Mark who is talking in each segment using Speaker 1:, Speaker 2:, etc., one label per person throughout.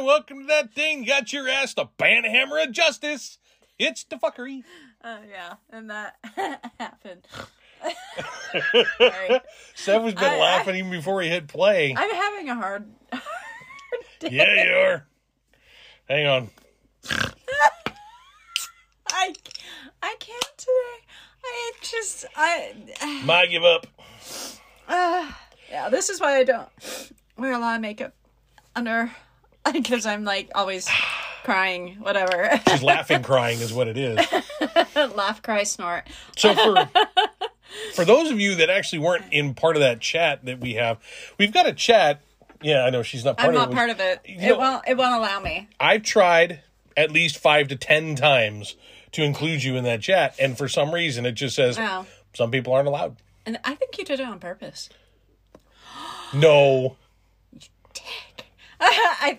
Speaker 1: welcome to that thing. Got your ass the banhammer of justice. It's the fuckery.
Speaker 2: Uh, yeah, and that happened.
Speaker 1: Seth has been
Speaker 2: I- I-
Speaker 1: laughing even before he hit play.
Speaker 2: I'm having a hard.
Speaker 1: yeah, you are. Hang on.
Speaker 2: I I can't today. I just I.
Speaker 1: My give up.
Speaker 2: Uh, yeah, this is why I don't wear a lot of makeup under because I'm like always crying, whatever.
Speaker 1: She's laughing, crying is what it is.
Speaker 2: Laugh, cry, snort.
Speaker 1: So for for those of you that actually weren't in part of that chat that we have, we've got a chat. Yeah, I know she's not part
Speaker 2: I'm
Speaker 1: of
Speaker 2: not
Speaker 1: it.
Speaker 2: part of it.
Speaker 1: you know-
Speaker 2: it won't. It won't allow me.
Speaker 1: I've tried at least five to ten times to include you in that chat, and for some reason it just says
Speaker 2: Oh.
Speaker 1: some people aren't allowed.
Speaker 2: And I think you did it on purpose.
Speaker 1: No.
Speaker 2: I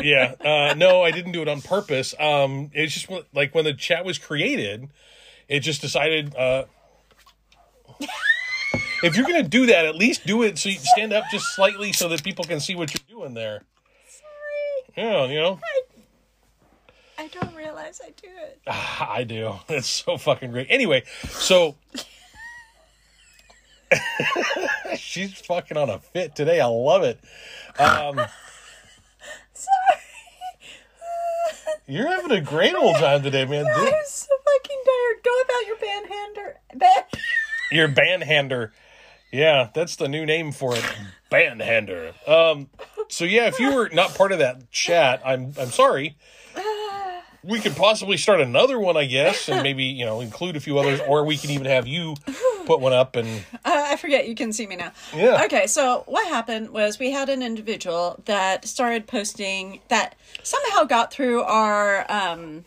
Speaker 1: Yeah. Uh, no, I didn't do it on purpose. Um, it's just wh- like when the chat was created, it just decided. Uh, if you're gonna do that, at least do it so you stand up just slightly so that people can see what you're doing there. Yeah, you know,
Speaker 2: I don't realize I do it.
Speaker 1: I do. It's so fucking great. Anyway, so she's fucking on a fit today. I love it. Um,
Speaker 2: Sorry.
Speaker 1: you're having a great old time today, man. This-
Speaker 2: I'm so fucking tired. Go about your banhander. Ban-
Speaker 1: Your banhander. Yeah, that's the new name for it. Banhander. Um so yeah, if you were not part of that chat, I'm I'm sorry. We could possibly start another one, I guess, and maybe, you know, include a few others, or we can even have you put one up and
Speaker 2: Uh, I forget you can see me now.
Speaker 1: Yeah.
Speaker 2: Okay, so what happened was we had an individual that started posting that somehow got through our um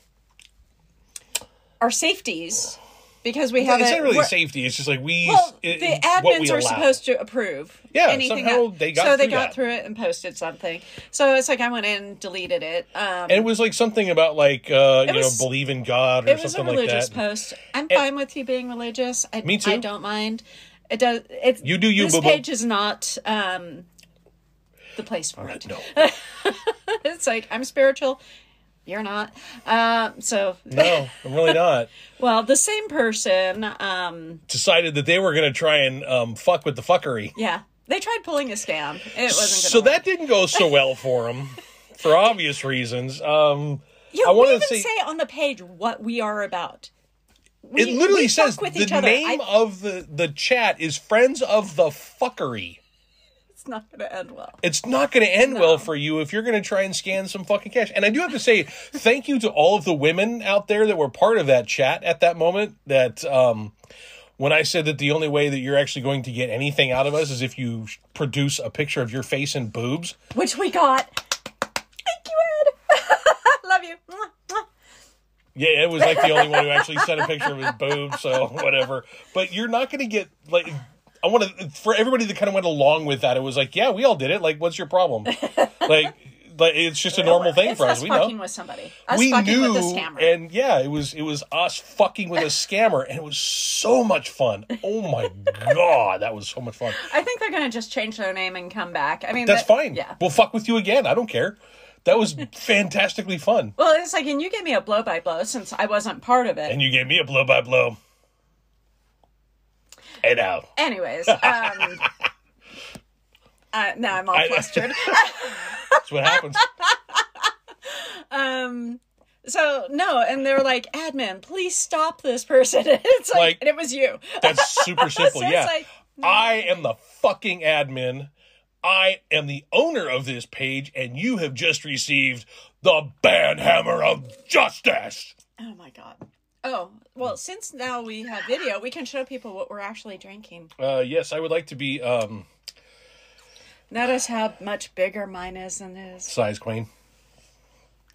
Speaker 2: our safeties because we have
Speaker 1: it's
Speaker 2: it-
Speaker 1: not really
Speaker 2: we're-
Speaker 1: safety, it's just like we
Speaker 2: Well,
Speaker 1: it-
Speaker 2: the
Speaker 1: it-
Speaker 2: admins
Speaker 1: what we
Speaker 2: are
Speaker 1: allow.
Speaker 2: supposed to approve.
Speaker 1: Yeah,
Speaker 2: anything
Speaker 1: somehow
Speaker 2: that-
Speaker 1: they got
Speaker 2: so they
Speaker 1: through
Speaker 2: got
Speaker 1: that.
Speaker 2: through it and posted something. So it's like I went in, and deleted it. Um,
Speaker 1: And it was like something about like uh you
Speaker 2: was-
Speaker 1: know, believe in God or
Speaker 2: it was a
Speaker 1: something like
Speaker 2: religious
Speaker 1: that.
Speaker 2: post. I'm fine with you being religious. I,
Speaker 1: Me
Speaker 2: I
Speaker 1: too.
Speaker 2: don't mind. It does. It's
Speaker 1: You do you,
Speaker 2: This
Speaker 1: boo-boo.
Speaker 2: page is not um, the place for it.
Speaker 1: No.
Speaker 2: It's like I'm spiritual. You're not. Um, so
Speaker 1: No, I'm really not.
Speaker 2: well, the same person. Um,
Speaker 1: Decided that they were gonna try and um fuck with the fuckery.
Speaker 2: yeah, they tried pulling us down. It wasn't. Gonna
Speaker 1: so
Speaker 2: work.
Speaker 1: that didn't go so well for him for obvious reasons um
Speaker 2: Yeah,
Speaker 1: I
Speaker 2: we
Speaker 1: wanna
Speaker 2: even
Speaker 1: say-
Speaker 2: say... on the page what we are about. We,
Speaker 1: it literally
Speaker 2: we fuck
Speaker 1: says
Speaker 2: with
Speaker 1: the
Speaker 2: each other.
Speaker 1: name
Speaker 2: I,
Speaker 1: of the the chat is friends of the fuckery
Speaker 2: it's not going to end well.
Speaker 1: it's not going to end well for you if you're going to try and scan some fucking cash and i do have to say thank you to all of the women out there that were part of that chat at that moment that um when I said that the only way that you're actually going to get anything out of us is if you sh- produce a picture of your face and boobs,
Speaker 2: Which we got. Thank you, Ed. Love you. Mwah, mwah.
Speaker 1: Yeah, it was like the only one who actually sent a picture of his boob, so whatever. But you're not going to get like I want to for everybody that kind of went along with that. It was like, yeah, we all did it. Like, what's your problem? like, like it's just a normal thing
Speaker 2: It's
Speaker 1: for us.
Speaker 2: us
Speaker 1: We
Speaker 2: fucking
Speaker 1: know.
Speaker 2: with somebody. Us
Speaker 1: We
Speaker 2: fucking
Speaker 1: knew,
Speaker 2: with this camera.
Speaker 1: and yeah, it was it was us fucking with a scammer, and it was so much fun. Oh my god, that was so much fun.
Speaker 2: I think they're going to just change their name and come back. I mean,
Speaker 1: That's
Speaker 2: that-
Speaker 1: fine.
Speaker 2: Yeah.
Speaker 1: We'll fuck with you again. I don't care. That was fantastically fun,
Speaker 2: Well, it's like, and you gave me a blow by blow since I wasn't part of it.
Speaker 1: and you gave me a blow by blow. And out.
Speaker 2: Anyways, um, uh, now I'm all flustered.
Speaker 1: That's what happens.
Speaker 2: um so no and they're like admin please stop this person it's like,
Speaker 1: Like-
Speaker 2: and it was you
Speaker 1: That's super simple.
Speaker 2: So it's
Speaker 1: yeah.
Speaker 2: like-
Speaker 1: I am the fucking admin. I am the owner of this page, and you have just received the banhammer of justice.
Speaker 2: oh my god oh well since now we have video we can show people what we're actually drinking
Speaker 1: Uh, yes, I would like to be um,
Speaker 2: notice how much bigger mine is than his
Speaker 1: size queen.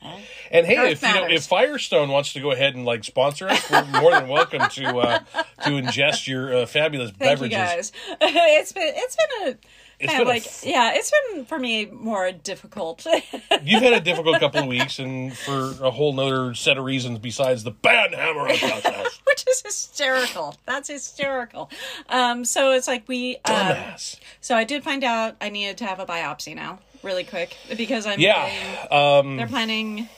Speaker 1: And hey,
Speaker 2: Girth
Speaker 1: if you know
Speaker 2: matters.
Speaker 1: if Firestone wants to go ahead and like sponsor us, we're more than welcome to uh, to ingest your uh, fabulous
Speaker 2: thank
Speaker 1: beverages.
Speaker 2: you guys it's been it's been a
Speaker 1: It's been
Speaker 2: kind of
Speaker 1: a
Speaker 2: like
Speaker 1: f-
Speaker 2: yeah it's been for me more difficult
Speaker 1: You've had a difficult couple of weeks, and for a whole nother set of reasons besides the banhammer of justice.
Speaker 2: which is is hysterical. That's hysterical. Um, so it's like we. Um,
Speaker 1: Dumbass.
Speaker 2: so I did find out I needed to have a biopsy now, really quick, because I'm. planning-
Speaker 1: Yeah, um,
Speaker 2: they're planning.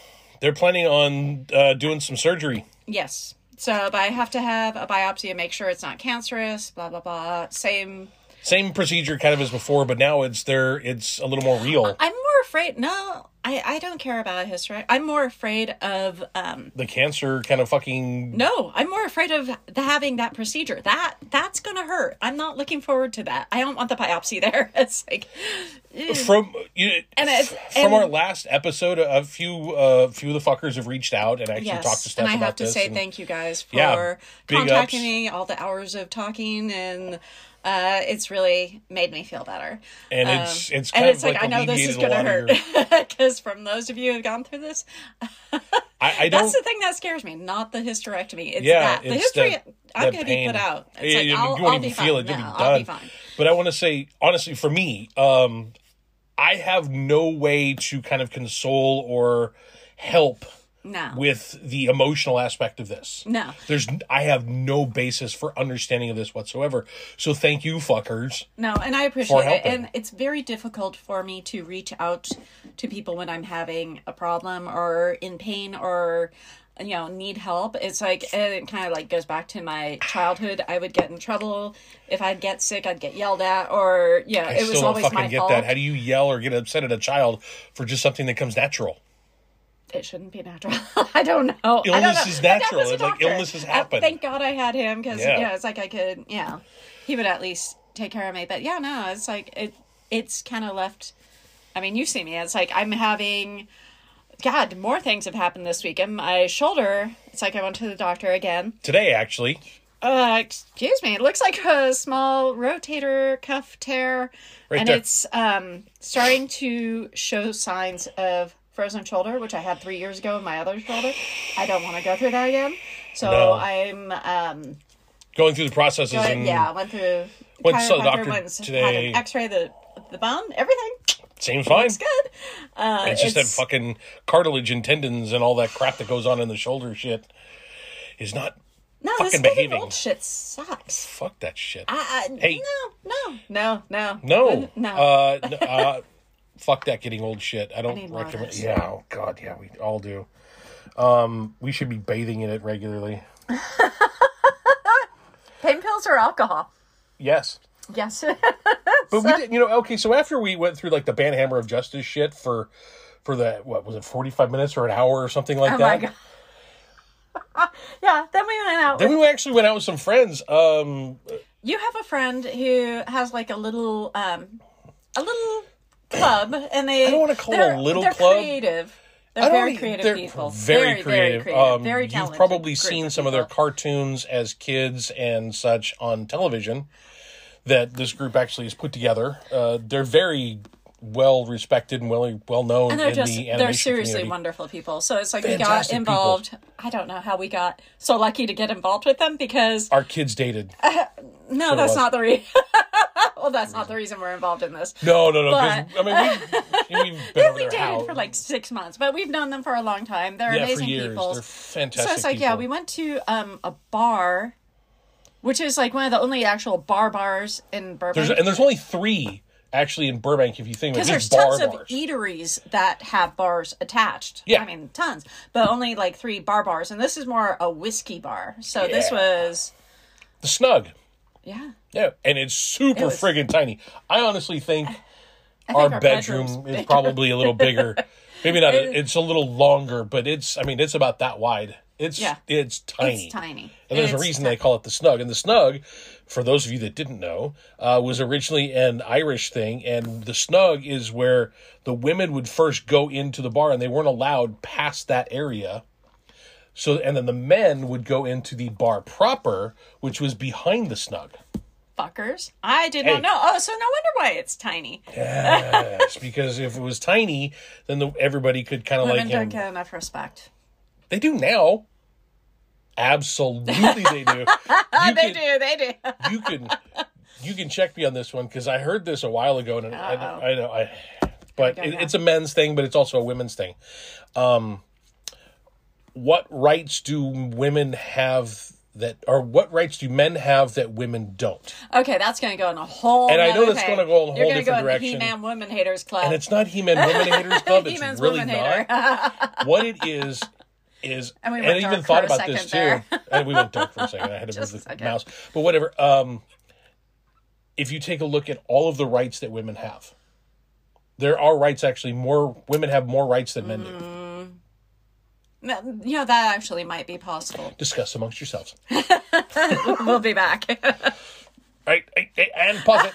Speaker 1: they're planning on uh, doing some surgery.
Speaker 2: Yes. So, but I have to have a biopsy and make sure it's not cancerous. Blah blah blah. Same.
Speaker 1: Same procedure kind of as before, but now it's there. It's a little more real.
Speaker 2: I'm more afraid. No, I I don't care about history. I'm more afraid of um
Speaker 1: The cancer kind of fucking
Speaker 2: No, I'm more afraid of th- having that procedure. That that's gonna hurt. I'm not looking forward to that. I don't want the biopsy there. It's like
Speaker 1: from you
Speaker 2: And it's-
Speaker 1: from
Speaker 2: and-
Speaker 1: our last episode. A few uh, few of the fuckers have reached out and actually talked to
Speaker 2: yes,
Speaker 1: Steph
Speaker 2: and I
Speaker 1: about
Speaker 2: have to
Speaker 1: this
Speaker 2: say
Speaker 1: and-
Speaker 2: thank you guys for
Speaker 1: Yeah, big
Speaker 2: contacting
Speaker 1: ups.
Speaker 2: me. All the hours of talking and uh, it's really made me feel better. Um,
Speaker 1: and it's it's kind
Speaker 2: And it's
Speaker 1: of
Speaker 2: like,
Speaker 1: like,
Speaker 2: I know this
Speaker 1: alleviated
Speaker 2: is
Speaker 1: a
Speaker 2: gonna
Speaker 1: lot of
Speaker 2: hurt
Speaker 1: your-
Speaker 2: because from those of you who've gone through this,
Speaker 1: I, I don't.
Speaker 2: that's the thing that scares me. Not the hysterectomy. It's
Speaker 1: Yeah,
Speaker 2: that the
Speaker 1: it's
Speaker 2: history.
Speaker 1: that-
Speaker 2: I'm
Speaker 1: that
Speaker 2: gonna
Speaker 1: pain.
Speaker 2: be put out. It's
Speaker 1: Yeah,
Speaker 2: like
Speaker 1: you-
Speaker 2: I'll,
Speaker 1: you won't
Speaker 2: I'll
Speaker 1: even
Speaker 2: be
Speaker 1: feel
Speaker 2: fine.
Speaker 1: it. You'll be
Speaker 2: No, I'll be
Speaker 1: done.
Speaker 2: fine.
Speaker 1: But I want to say honestly, for me, um, I have no way to kind of console or help
Speaker 2: No,
Speaker 1: with the emotional aspect of this.
Speaker 2: no.
Speaker 1: There's I have no basis for understanding of this whatsoever. So thank you, fuckers.
Speaker 2: No, and I appreciate it.
Speaker 1: helping.
Speaker 2: And it's very difficult for me to reach out to people when I'm having a problem or in pain or you know need help it's like and it kind of like goes back to my childhood i would get in trouble if i'd get sick i'd get yelled at or yeah
Speaker 1: I
Speaker 2: it was
Speaker 1: still don't
Speaker 2: always
Speaker 1: fucking
Speaker 2: my
Speaker 1: get
Speaker 2: fault
Speaker 1: that. How do you yell or get upset at a child for just something that comes natural?
Speaker 2: it shouldn't be natural i don't know I don't
Speaker 1: Illness
Speaker 2: know.
Speaker 1: is
Speaker 2: My dad
Speaker 1: natural.
Speaker 2: was a
Speaker 1: It's like
Speaker 2: doctor.
Speaker 1: illnesses
Speaker 2: Uh,
Speaker 1: happen.
Speaker 2: thank god i had him because
Speaker 1: Yeah.
Speaker 2: yeah. it's like i could yeah he would at least take care of me but yeah no it's like it it's kind of left I mean, you see me. It's like I'm having, God, more things have happened this week. And my shoulder, it's like I went to the doctor again.
Speaker 1: Today actually.
Speaker 2: Uh, excuse me. It looks like a small rotator cuff tear,
Speaker 1: Right
Speaker 2: and
Speaker 1: there.
Speaker 2: it's um starting to show signs of frozen shoulder, which I had three years ago in my other shoulder. I don't want to go through that again. So
Speaker 1: No.
Speaker 2: I'm um
Speaker 1: Going through the processes
Speaker 2: but
Speaker 1: and
Speaker 2: yeah, I went through
Speaker 1: Went to the
Speaker 2: chiropractor,
Speaker 1: doctor
Speaker 2: went and had
Speaker 1: today.
Speaker 2: an X-ray of the the bone, everything.
Speaker 1: seems fine.
Speaker 2: It's good. Uh,
Speaker 1: It's just that fucking cartilage and tendons and all that crap that goes on in the shoulder shit is not
Speaker 2: No,
Speaker 1: fucking
Speaker 2: this fucking
Speaker 1: behaving.
Speaker 2: old shit sucks.
Speaker 1: fuck that shit.
Speaker 2: I, I,
Speaker 1: Hey.
Speaker 2: No, no, no, no,
Speaker 1: no.
Speaker 2: no.
Speaker 1: Uh, n- uh, fuck that getting old shit. I don't
Speaker 2: need more of
Speaker 1: recommend.
Speaker 2: this.
Speaker 1: Yeah. Oh god. Yeah. We all do. Um, we should be bathing in it regularly.
Speaker 2: Pain pills or alcohol?
Speaker 1: Yes.
Speaker 2: Yes.
Speaker 1: But we did, you know, okay. So after we went through like the banhammer of justice shit for, for the what was it, forty five minutes or an hour or something like
Speaker 2: oh my
Speaker 1: that.
Speaker 2: god. yeah. Then we went out.
Speaker 1: Then
Speaker 2: With,
Speaker 1: we actually went out with some friends. Um,
Speaker 2: you have a friend who has like a little, um, a little club, and they. I
Speaker 1: don't wanna call it a little
Speaker 2: they're
Speaker 1: club.
Speaker 2: Creative. They're
Speaker 1: I don't
Speaker 2: very
Speaker 1: e-
Speaker 2: creative
Speaker 1: they're
Speaker 2: people.
Speaker 1: Very, creative.
Speaker 2: Very creative.
Speaker 1: Um,
Speaker 2: very
Speaker 1: you've
Speaker 2: talented
Speaker 1: probably
Speaker 2: group
Speaker 1: seen some of their
Speaker 2: people.
Speaker 1: cartoons as kids and such on television that this group actually has put together. Uh, they're very well respected and well well known
Speaker 2: And
Speaker 1: in
Speaker 2: they're just
Speaker 1: the
Speaker 2: they're
Speaker 1: animation
Speaker 2: seriously
Speaker 1: community.
Speaker 2: wonderful people. So it's like
Speaker 1: Fantastic
Speaker 2: we got
Speaker 1: people.
Speaker 2: involved. I don't know how we got so lucky to get involved with them because
Speaker 1: Our kids dated.
Speaker 2: no, that's
Speaker 1: was.
Speaker 2: not the reason. well, that's not the reason we're involved in this.
Speaker 1: No, no, no. 'cause, I mean, we, we've been over
Speaker 2: We
Speaker 1: their
Speaker 2: dated
Speaker 1: house.
Speaker 2: for like six months, but we've known them for a long time. They're
Speaker 1: yeah, for
Speaker 2: amazing
Speaker 1: years.
Speaker 2: people.
Speaker 1: They're fantastic.
Speaker 2: So it's like, yeah,
Speaker 1: people.
Speaker 2: we went to um, a bar, which is like one of the only actual bar bars in Burbank.
Speaker 1: There's, and there's only three actually in Burbank if you think of it.
Speaker 2: Because there's
Speaker 1: Just bar
Speaker 2: tons of e-
Speaker 1: bars.
Speaker 2: eateries that have bars attached.
Speaker 1: Yeah.
Speaker 2: I mean, tons, but only like three bar bars. And this is more a whiskey bar. So this
Speaker 1: Yeah.
Speaker 2: was,
Speaker 1: the snug.
Speaker 2: yeah.
Speaker 1: Yeah, and it's super
Speaker 2: It was-
Speaker 1: friggin' tiny. I honestly think our,
Speaker 2: our bedroom's
Speaker 1: bedroom is
Speaker 2: bigger.
Speaker 1: probably a little bigger. Maybe not. a- it's a little longer, but it's. I mean, it's about that wide. It's
Speaker 2: Yeah.
Speaker 1: it's tiny.
Speaker 2: It's tiny.
Speaker 1: And there's
Speaker 2: It's
Speaker 1: a reason they call it the snug. And the snug, for those of you that didn't know, uh, was originally an Irish thing. And the snug is where the women would first go into the bar, and they weren't allowed past that area. So, and then the men would go into the bar proper, which was behind the snug.
Speaker 2: Fuckers. I did
Speaker 1: Hey.
Speaker 2: not know. Oh, so no wonder why it's tiny.
Speaker 1: Yes, because if it was tiny, then the, everybody could kind of like
Speaker 2: Women
Speaker 1: him.
Speaker 2: don't get enough respect.
Speaker 1: They do now. Absolutely, they do. You
Speaker 2: they
Speaker 1: can,
Speaker 2: do. They do.
Speaker 1: You can, you can check me on this one because I heard this a while ago, and I-
Speaker 2: Uh-oh.
Speaker 1: I, I know I. But
Speaker 2: go
Speaker 1: it,
Speaker 2: now.
Speaker 1: it's a men's thing, but it's also a women's thing. Um, what rights do women have that are what rights do men have that women don't?
Speaker 2: Okay, that's going to go in a whole.
Speaker 1: And I know
Speaker 2: nother
Speaker 1: that's
Speaker 2: thing.
Speaker 1: gonna go in a whole
Speaker 2: You're gonna
Speaker 1: different
Speaker 2: go in the
Speaker 1: direction.
Speaker 2: He-Man Woman Haters Club.
Speaker 1: And it's not He Man Women Haters Club. It's
Speaker 2: He-Man's
Speaker 1: really
Speaker 2: woman
Speaker 1: not.
Speaker 2: hater.
Speaker 1: What it is is
Speaker 2: And
Speaker 1: and,
Speaker 2: we
Speaker 1: I
Speaker 2: went
Speaker 1: even
Speaker 2: dark
Speaker 1: thought
Speaker 2: for a
Speaker 1: about this
Speaker 2: second there.
Speaker 1: too. And we went dark for a second. I had to move
Speaker 2: Just a
Speaker 1: the
Speaker 2: second.
Speaker 1: mouse. But whatever. Um if you take a look at all of the rights that women have, there are rights actually more women have more rights than men
Speaker 2: Mm.
Speaker 1: do.
Speaker 2: No, You know that actually might be possible.
Speaker 1: Discuss amongst yourselves.
Speaker 2: we'll be back.
Speaker 1: All right, hey, hey, and pause it.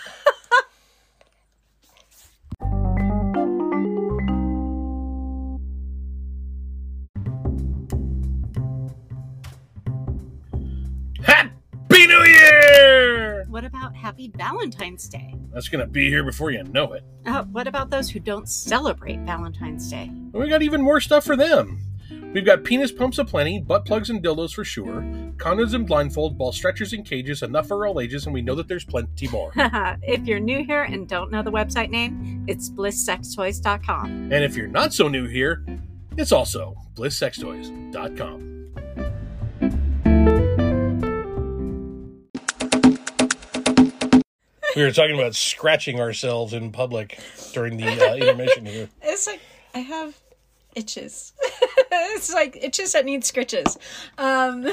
Speaker 1: Happy New Year!
Speaker 2: what about Happy Valentine's Day?
Speaker 1: That's gonna be here before you know it.
Speaker 2: Uh, what about those who don't celebrate Valentine's Day?
Speaker 1: And we got even more stuff for them. We've got penis pumps aplenty, butt plugs and dildos for sure, condoms and blindfold, ball stretchers and cages, enough for all ages, and we know that there's plenty more.
Speaker 2: if you're new here and don't know the website name, it's blisssextoys.com.
Speaker 1: And if you're not so new here, it's also blisssextoys.com. We were talking about scratching ourselves in public during the uh, intermission here.
Speaker 2: It's like I have itches. it's like itches that need scritches. Um,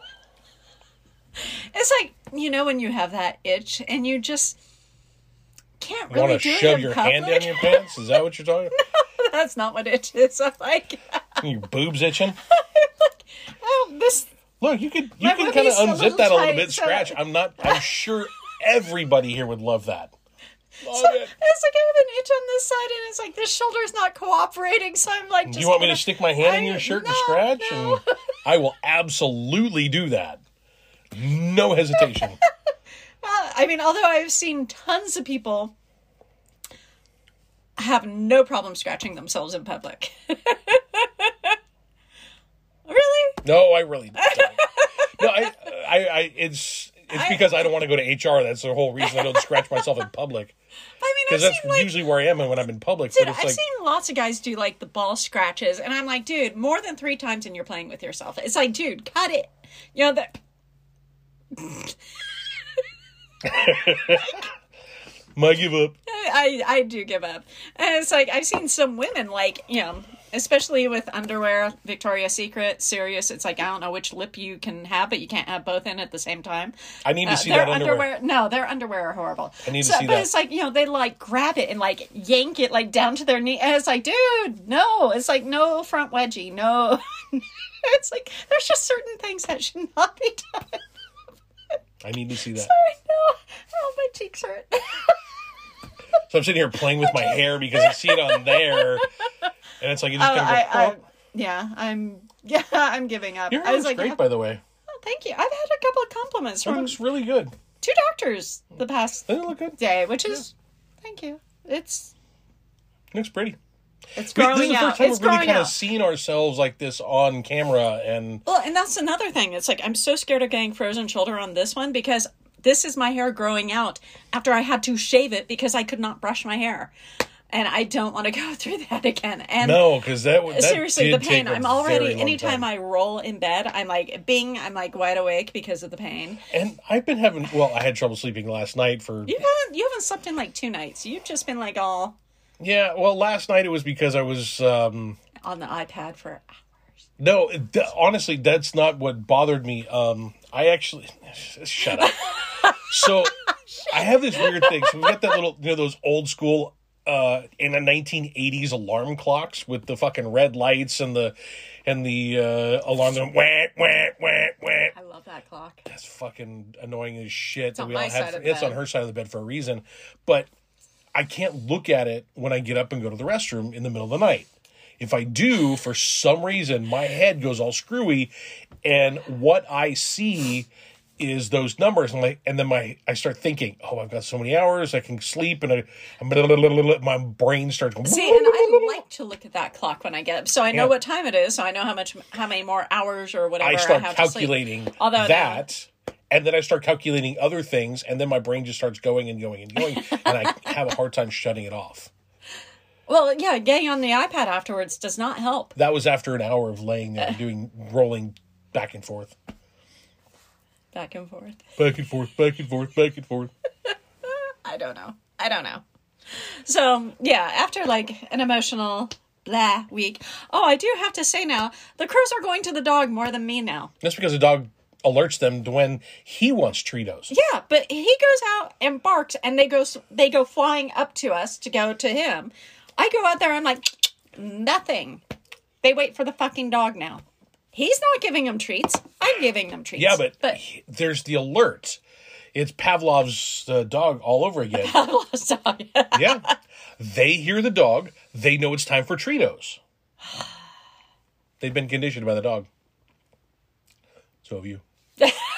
Speaker 2: it's like you know when you have that itch and you just can't
Speaker 1: You
Speaker 2: really
Speaker 1: want
Speaker 2: do
Speaker 1: to
Speaker 2: it
Speaker 1: shove
Speaker 2: in
Speaker 1: your
Speaker 2: public.
Speaker 1: hand down your pants? Is that what you're talking
Speaker 2: That's not what itch is. I'm like,
Speaker 1: about? Your boobs itching?
Speaker 2: oh, this
Speaker 1: Look, you could you
Speaker 2: My
Speaker 1: can kind of
Speaker 2: boobie's
Speaker 1: unzip
Speaker 2: a little
Speaker 1: that a little
Speaker 2: tight,
Speaker 1: bit.
Speaker 2: so-
Speaker 1: Scratch. I'm not. I'm sure everybody here would love that. Love it.
Speaker 2: It's like I have an itch on this side, and it's like this shoulder's not cooperating. So I'm like, just
Speaker 1: you want me
Speaker 2: gonna-
Speaker 1: to stick my hand in
Speaker 2: I-
Speaker 1: your shirt
Speaker 2: no,
Speaker 1: and scratch?
Speaker 2: no.
Speaker 1: And I will absolutely do that. No hesitation.
Speaker 2: Uh, I mean, although I've seen tons of people have no problem scratching themselves in public. really?
Speaker 1: no, I really don't. No, I, I, I it's it's
Speaker 2: I-
Speaker 1: because I don't want to go to HR. That's the whole reason I don't scratch myself in public
Speaker 2: I mean, I've
Speaker 1: because that's
Speaker 2: seen like.
Speaker 1: usually where I am when I'm in public.
Speaker 2: Dude,
Speaker 1: but it's
Speaker 2: I've
Speaker 1: like
Speaker 2: seen lots of guys do like the ball scratches, and I'm like, dude, more than three times, and you're playing with yourself. It's like, dude, cut it. You know that
Speaker 1: my give up.
Speaker 2: I I do give up. And it's like I've seen some women like you know, especially with underwear, Victoria's Secret, Sirius. It's like I don't know which lip you can have, but you can't have both in at the same time.
Speaker 1: I need to
Speaker 2: Uh,
Speaker 1: see
Speaker 2: their
Speaker 1: that underwear.
Speaker 2: No, their underwear are horrible. I
Speaker 1: need to
Speaker 2: so,
Speaker 1: see
Speaker 2: But
Speaker 1: that.
Speaker 2: it's like you know they like grab it and like yank it like down to their knee, and it's like, dude, no. It's like no front wedgie, no. it's like there's just certain things that should not be done.
Speaker 1: I need to see that.
Speaker 2: I know. Oh, my cheeks hurt.
Speaker 1: So I'm sitting here playing with my hair because I see it on there, and it's like you just
Speaker 2: Oh,
Speaker 1: kind
Speaker 2: I,
Speaker 1: of go.
Speaker 2: I,
Speaker 1: "Oh."
Speaker 2: yeah, I'm yeah, I'm giving up.
Speaker 1: Your
Speaker 2: I
Speaker 1: hair
Speaker 2: was
Speaker 1: looks
Speaker 2: like,
Speaker 1: great,
Speaker 2: yeah,
Speaker 1: by the way.
Speaker 2: oh, thank you. I've had a couple of compliments
Speaker 1: It
Speaker 2: from
Speaker 1: looks really good.
Speaker 2: two doctors the past
Speaker 1: Doesn't it look good? It
Speaker 2: day, which is thank you. It's
Speaker 1: looks pretty.
Speaker 2: it's
Speaker 1: We-
Speaker 2: growing
Speaker 1: this is the
Speaker 2: out.
Speaker 1: first time
Speaker 2: it's
Speaker 1: we've really
Speaker 2: growing
Speaker 1: kind
Speaker 2: out.
Speaker 1: of seen ourselves like this on camera, and
Speaker 2: Well, and that's another thing. It's like I'm so scared of getting frozen shoulder on this one because this is my hair growing out after I had to shave it because I could not brush my hair. And I don't want to go through that again. And
Speaker 1: no, because that would that
Speaker 2: seriously the
Speaker 1: did
Speaker 2: pain
Speaker 1: take a
Speaker 2: i'm
Speaker 1: very
Speaker 2: already
Speaker 1: long
Speaker 2: anytime
Speaker 1: time.
Speaker 2: i roll in bed i'm like bing i'm like wide awake because of the pain
Speaker 1: and I've been having well, I had trouble sleeping last night for
Speaker 2: you haven't you haven't slept in like two nights you've just been like all
Speaker 1: yeah. Well, last night it was because I was um
Speaker 2: on the ipad for
Speaker 1: no, it- th- honestly, that's not what bothered me. Um, I actually shut up. So I have this weird thing. So we got that little, you know, those old school uh in the 1980s alarm clocks with the fucking red lights and the and the uh alarms and wah wah wah wah
Speaker 2: i love that clock
Speaker 1: that's fucking annoying as shit. that
Speaker 2: on
Speaker 1: we all
Speaker 2: my
Speaker 1: have.
Speaker 2: side of
Speaker 1: it's on
Speaker 2: bed.
Speaker 1: her side of the bed for a reason, but I can't look at it when I get up and go to the restroom in the middle of the night. If I do, for some reason, my head goes all screwy, and what I see is those numbers, and like, and then my I start thinking, oh, I've got so many hours, I can sleep, and I, I'm blah, blah, blah, blah, blah, my brain starts going.
Speaker 2: see and i like to look at that clock when i get up so i know
Speaker 1: Yeah.
Speaker 2: what time it is so i know how much how many more hours or whatever
Speaker 1: I start
Speaker 2: have
Speaker 1: calculating
Speaker 2: to sleep. although now-
Speaker 1: that, and then I start calculating other things, and then my brain just starts going and going and going, and I have a hard time shutting it off.
Speaker 2: well yeah getting on the ipad afterwards does not help
Speaker 1: That was after an hour of laying there and doing rolling back and forth.
Speaker 2: Back and forth.
Speaker 1: Back and forth, back and forth, back and forth.
Speaker 2: I don't know. I don't know. So yeah, after like an emotional blah week. Oh, I do have to say now, the crows are going to the dog more than me now.
Speaker 1: That's because the dog alerts them to when he wants Cheetos.
Speaker 2: Yeah, but he goes out and barks, and they go they go flying up to us to go to him. I go out there, I'm like nothing. They wait for the fucking dog now. He's not giving them treats. I'm giving them treats.
Speaker 1: Yeah, but,
Speaker 2: but
Speaker 1: he- there's the alert. It's Pavlov's uh, dog all over again. yeah. They hear the dog. They know it's time for Cheetos. They've been conditioned by the dog. So have you.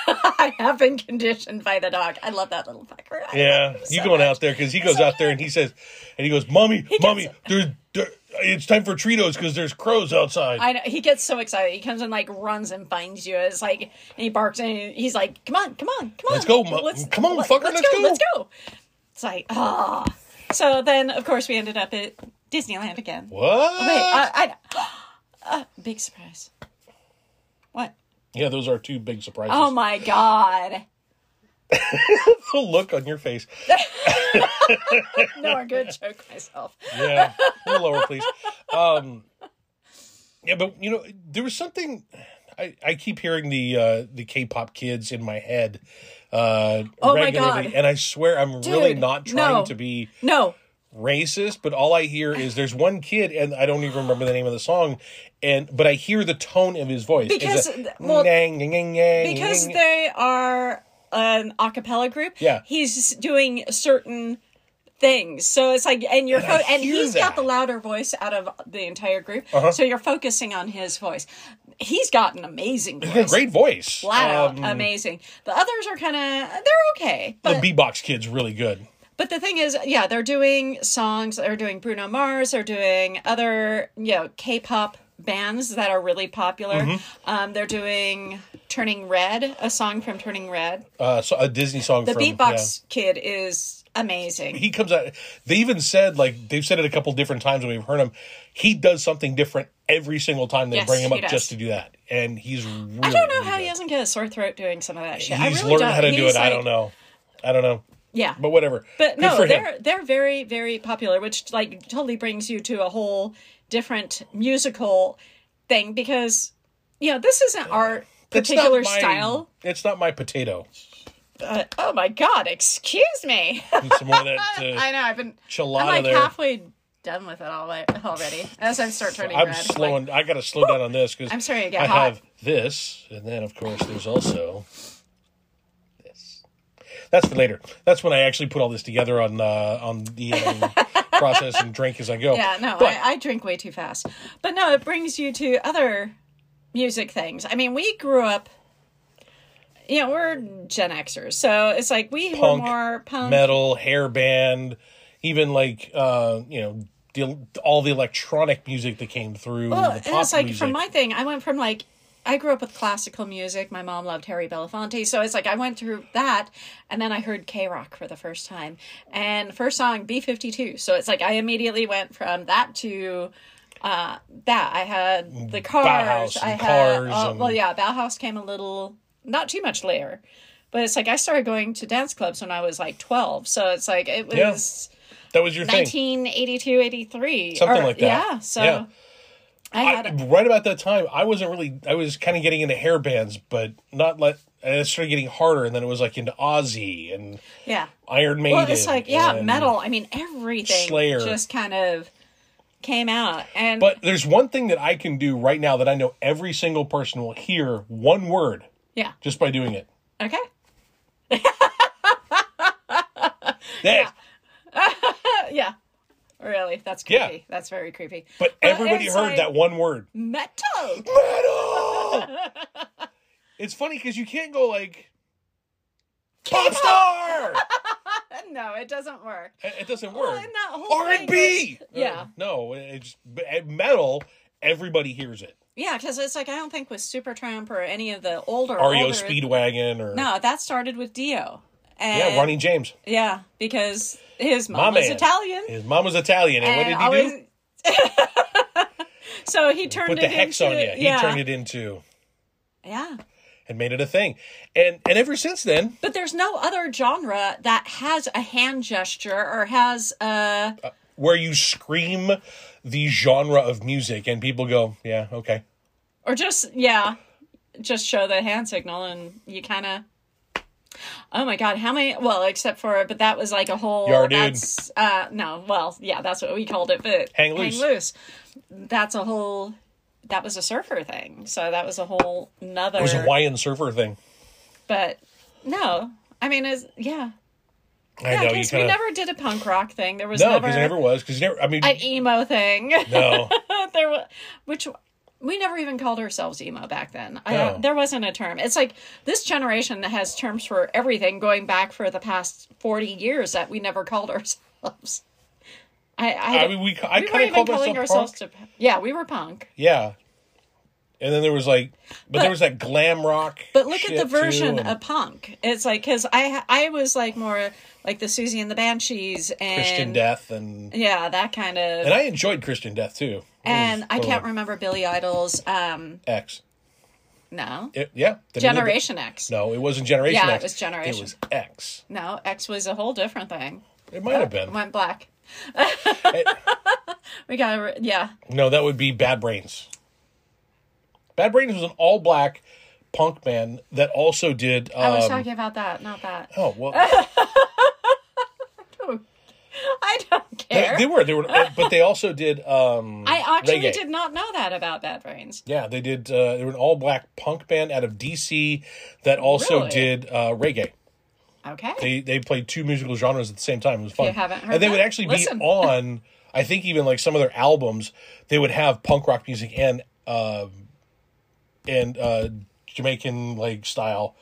Speaker 2: I have been conditioned by the dog. I love that little fucker. I love
Speaker 1: Yeah,
Speaker 2: him
Speaker 1: you
Speaker 2: so
Speaker 1: going
Speaker 2: much.
Speaker 1: out there because he goes out there and he says, and he goes, "Mommy, mommy,
Speaker 2: gets-
Speaker 1: there's, there, it's time for Cheetos because there's crows outside."
Speaker 2: I know he gets so excited. He comes and like runs and finds you. It's like and he barks and he's like, "Come on, come on, come on,
Speaker 1: Let's go, mu- come on, fucker, let's go."
Speaker 2: let's go." It's like ah. So then, of course, we ended up at Disneyland again. Wait,
Speaker 1: what?
Speaker 2: I, I uh, big surprise. What?
Speaker 1: yeah, those are two big surprises.
Speaker 2: Oh my god!
Speaker 1: the look on your face.
Speaker 2: No, I'm gonna choke myself.
Speaker 1: Yeah, a little lower, please. Um, yeah, but you know, there was something. I, I keep hearing the uh, the K-pop kids in my head uh,
Speaker 2: Oh my
Speaker 1: regularly,
Speaker 2: God.
Speaker 1: and I swear I'm really
Speaker 2: Dude,
Speaker 1: not trying
Speaker 2: no.
Speaker 1: to be
Speaker 2: No,
Speaker 1: racist, but all I hear is there's one kid, and I don't even remember the name of the song, and but I hear the tone of his voice It's
Speaker 2: Because, uh,
Speaker 1: a
Speaker 2: well,
Speaker 1: "Nyang, nyang, nyang, nyang,
Speaker 2: because
Speaker 1: nyang."
Speaker 2: they are an a cappella group.
Speaker 1: Yeah.
Speaker 2: He's doing certain things. So it's like and you're
Speaker 1: I
Speaker 2: fo- and
Speaker 1: hear
Speaker 2: he's got
Speaker 1: that. Uh-huh.
Speaker 2: the louder voice out of the entire group. So you're focusing on his voice. He's got an amazing voice.
Speaker 1: great voice,
Speaker 2: Flat out
Speaker 1: Um,
Speaker 2: amazing. The others are kind of they're okay,
Speaker 1: the
Speaker 2: but
Speaker 1: beatbox kid's really good.
Speaker 2: but the thing is, yeah, they're doing songs. They're doing Bruno Mars. They're doing other, you know, K-pop bands that are really popular.
Speaker 1: Mm-hmm.
Speaker 2: Um, they're doing "Turning Red," a song from "Turning Red."
Speaker 1: Uh, so a Disney song.
Speaker 2: The
Speaker 1: from,
Speaker 2: beatbox kid is
Speaker 1: yeah.
Speaker 2: amazing.
Speaker 1: He comes out. They even said like they've said it a couple different times when we've heard him. He does something different every single time they
Speaker 2: Yes,
Speaker 1: bring him
Speaker 2: he
Speaker 1: up
Speaker 2: does.
Speaker 1: just to do that, and he's. Really,
Speaker 2: I don't know how
Speaker 1: good.
Speaker 2: he doesn't get a sore throat doing some of that shit. I
Speaker 1: He's
Speaker 2: really
Speaker 1: learned
Speaker 2: don't.
Speaker 1: how to do it.
Speaker 2: He's
Speaker 1: I
Speaker 2: like-
Speaker 1: don't know. I don't know,
Speaker 2: Yeah,
Speaker 1: but whatever.
Speaker 2: But
Speaker 1: Good
Speaker 2: no,
Speaker 1: for him.
Speaker 2: they're they're very very popular, which like totally brings you to a whole different musical thing because you know this isn't our
Speaker 1: It's not
Speaker 2: particular
Speaker 1: my-
Speaker 2: style.
Speaker 1: It's not my potato.
Speaker 2: Uh, oh my god! Excuse me.
Speaker 1: Need some more of that. Uh,
Speaker 2: I know I've been
Speaker 1: Enchilada
Speaker 2: I'm like
Speaker 1: there.
Speaker 2: halfway done with it all already. As I start turning
Speaker 1: I'm
Speaker 2: red,
Speaker 1: slowing.
Speaker 2: Like,
Speaker 1: I got to slow down on this because
Speaker 2: I'm sorry I get
Speaker 1: I
Speaker 2: hot.
Speaker 1: have this, and then of course there's also this. That's for later. That's when I actually put all this together on uh, on the editing process and drink as I go.
Speaker 2: yeah, no,
Speaker 1: But-
Speaker 2: I, I drink way too fast. But no, it brings you to other music things. I mean, we grew up. You know, we're Gen Xers, so it's like we
Speaker 1: Punk,
Speaker 2: were more punk.
Speaker 1: metal, hair band, even like uh, you know the, all the electronic music that came through.
Speaker 2: Well,
Speaker 1: the
Speaker 2: and
Speaker 1: pop
Speaker 2: it's like
Speaker 1: music.
Speaker 2: from my thing, I went from like I grew up with classical music. My mom loved Harry Belafonte, so it's like I went through that, and then I heard K rock for the first time, and first song B fifty two. So it's like I immediately went from that to uh, that. I had the cars.
Speaker 1: Bauhaus and
Speaker 2: I had
Speaker 1: Cars
Speaker 2: oh,
Speaker 1: and-
Speaker 2: well, yeah, Bauhaus came a little not too much later, but it's like I started going to dance clubs when I was like twelve. So it's like it
Speaker 1: Yeah.
Speaker 2: was
Speaker 1: that was your thing.
Speaker 2: nineteen eighty two, eighty three,
Speaker 1: Something like that.
Speaker 2: Yeah, so.
Speaker 1: Yeah.
Speaker 2: I
Speaker 1: I-
Speaker 2: had
Speaker 1: right about that time, I wasn't really. I was kind of getting into hair bands, but not like. And it started getting harder, and then it was like into Aussie and
Speaker 2: Yeah.
Speaker 1: Iron Maiden.
Speaker 2: Well, it's like, yeah,
Speaker 1: and-
Speaker 2: metal. I mean, everything
Speaker 1: Slayer.
Speaker 2: just kind of came out. And
Speaker 1: But there's one thing that I can do right now that I know every single person will hear one word
Speaker 2: yeah.
Speaker 1: just by doing it.
Speaker 2: Okay.
Speaker 1: That,
Speaker 2: Uh, Yeah. Really. That's creepy.
Speaker 1: Yeah.
Speaker 2: That's very creepy.
Speaker 1: But everybody
Speaker 2: it's
Speaker 1: heard
Speaker 2: like-
Speaker 1: that one word.
Speaker 2: Metal.
Speaker 1: Metal. it's funny because you can't go like pop star.
Speaker 2: No, it doesn't work.
Speaker 1: it it doesn't
Speaker 2: Well,
Speaker 1: work.
Speaker 2: and that whole
Speaker 1: R and
Speaker 2: thing
Speaker 1: B.
Speaker 2: was- yeah.
Speaker 1: Uh, No, it's but at metal. Everybody hears it.
Speaker 2: Yeah, because it's like, I don't think with Supertramp or any of the older.
Speaker 1: REO
Speaker 2: older-
Speaker 1: Speedwagon or
Speaker 2: No, uh, that started with Dio. And,
Speaker 1: yeah, Ronnie James.
Speaker 2: Yeah, because his
Speaker 1: My
Speaker 2: mom was
Speaker 1: man.
Speaker 2: Italian.
Speaker 1: His mom was Italian, and,
Speaker 2: and
Speaker 1: what did he do?
Speaker 2: always- so he turned
Speaker 1: Put
Speaker 2: it
Speaker 1: the hex
Speaker 2: into,
Speaker 1: on you. He
Speaker 2: yeah,
Speaker 1: turned it into
Speaker 2: Yeah.
Speaker 1: and made it a thing. And and ever since then,
Speaker 2: But there's no other genre that has a hand gesture or has uh, a
Speaker 1: where you scream the genre of music and people go, yeah, okay.
Speaker 2: or just yeah, just show the hand signal and you kind of. Oh my god, how many? Well, except for but that was like a whole.
Speaker 1: Yar, dude.
Speaker 2: that's uh no, well yeah, that's what we called it, but
Speaker 1: Hang loose.
Speaker 2: That's a whole. That was a surfer thing, so that was a whole another.
Speaker 1: It was a Hawaiian surfer thing.
Speaker 2: but no, I mean, is yeah,
Speaker 1: I
Speaker 2: yeah,
Speaker 1: know you
Speaker 2: because
Speaker 1: kind
Speaker 2: we
Speaker 1: of
Speaker 2: never did a punk rock thing. There was
Speaker 1: no,
Speaker 2: never,
Speaker 1: because it never was. Because never. I mean,
Speaker 2: an emo thing.
Speaker 1: no,
Speaker 2: there was, which we never even called ourselves emo back then. I
Speaker 1: No.
Speaker 2: don't, there wasn't a term. It's like this generation that has terms for everything going back for the past forty years that we never called ourselves. I, I,
Speaker 1: I mean, we. I
Speaker 2: we
Speaker 1: kind of
Speaker 2: weren't
Speaker 1: called
Speaker 2: even
Speaker 1: myself
Speaker 2: calling ourselves
Speaker 1: punk.
Speaker 2: to. Yeah, we were punk.
Speaker 1: Yeah. And then there was like, but, there was that glam rock.
Speaker 2: But look at
Speaker 1: shit,
Speaker 2: the version
Speaker 1: too, and
Speaker 2: of punk. It's like because I I was like more like the Susie and the Banshees and
Speaker 1: Christian Death, and
Speaker 2: yeah that kind of
Speaker 1: and I Oh. enjoyed Christian Death too.
Speaker 2: and I can't
Speaker 1: remember
Speaker 2: remember Billy Idol's um
Speaker 1: X.
Speaker 2: no
Speaker 1: It- yeah, the new-
Speaker 2: Generation X.
Speaker 1: no, it wasn't Generation
Speaker 2: Yeah, it
Speaker 1: X.
Speaker 2: was Generation.
Speaker 1: It was X.
Speaker 2: No, X was a whole different thing.
Speaker 1: It might have been.
Speaker 2: Went black. we got to yeah.
Speaker 1: No, that would be Bad Brains. Bad Brains was an all black punk band that also did. Um,
Speaker 2: I was talking about that, not that.
Speaker 1: oh well,
Speaker 2: I don't
Speaker 1: they,
Speaker 2: care.
Speaker 1: they were they were, but they also did. Um,
Speaker 2: I actually
Speaker 1: reggae.
Speaker 2: did not know that about Bad Brains.
Speaker 1: Yeah, they did. Uh, they were an all black punk band out of DC that also
Speaker 2: Really?
Speaker 1: did uh, reggae.
Speaker 2: Okay.
Speaker 1: They they played two musical genres at the same time. It was fun.
Speaker 2: you haven't heard
Speaker 1: and they would
Speaker 2: that,
Speaker 1: actually
Speaker 2: listen.
Speaker 1: be on. I think even like some of their albums, they would have punk rock music and uh, and uh, Jamaican like style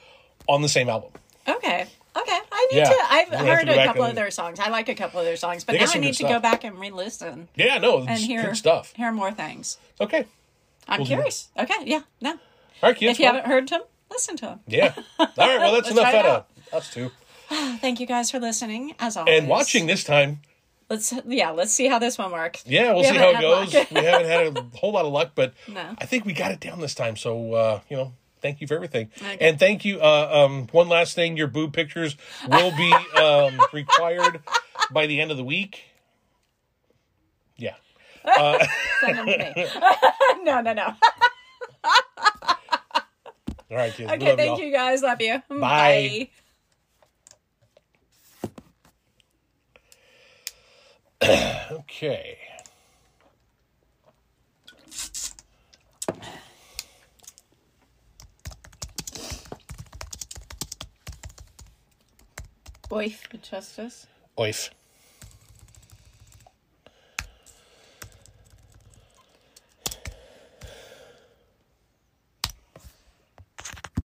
Speaker 1: on the same album.
Speaker 2: okay. Okay. I need
Speaker 1: Yeah.
Speaker 2: to I've
Speaker 1: We're gonna have to
Speaker 2: heard
Speaker 1: go
Speaker 2: a
Speaker 1: back
Speaker 2: couple
Speaker 1: and-
Speaker 2: of their songs. I like a couple of their songs, but
Speaker 1: They got
Speaker 2: now I
Speaker 1: some good
Speaker 2: need to
Speaker 1: stuff.
Speaker 2: go back and re-listen
Speaker 1: Yeah, no,
Speaker 2: and
Speaker 1: it's
Speaker 2: hear
Speaker 1: good stuff.
Speaker 2: hear more things.
Speaker 1: Okay,
Speaker 2: I'm curious. Okay, yeah. No.
Speaker 1: all right, kids.
Speaker 2: If you
Speaker 1: well,
Speaker 2: haven't heard them, listen to them.
Speaker 1: yeah, all right. Well, that's
Speaker 2: Let's
Speaker 1: enough
Speaker 2: try
Speaker 1: out
Speaker 2: it
Speaker 1: of
Speaker 2: out.
Speaker 1: us two
Speaker 2: Thank you guys for listening as always.
Speaker 1: and watching this time.
Speaker 2: Let's yeah, let's see how this one works.
Speaker 1: Yeah, we'll
Speaker 2: We
Speaker 1: see how
Speaker 2: haven't
Speaker 1: it
Speaker 2: had luck.
Speaker 1: goes. we haven't had a whole lot of luck, but
Speaker 2: No.
Speaker 1: I think we got it down this time. So uh, you know, thank you for everything,
Speaker 2: Okay.
Speaker 1: and thank you. Uh, um, one last thing: your boob pictures will be um, required by the end of the week. Yeah,
Speaker 2: Send them to me. no, no, no.
Speaker 1: all right, kids. We
Speaker 2: Okay,
Speaker 1: love
Speaker 2: thank
Speaker 1: y'all.
Speaker 2: you guys. Love you. Bye.
Speaker 1: Okay.
Speaker 2: Boy, for justice.
Speaker 1: Oif.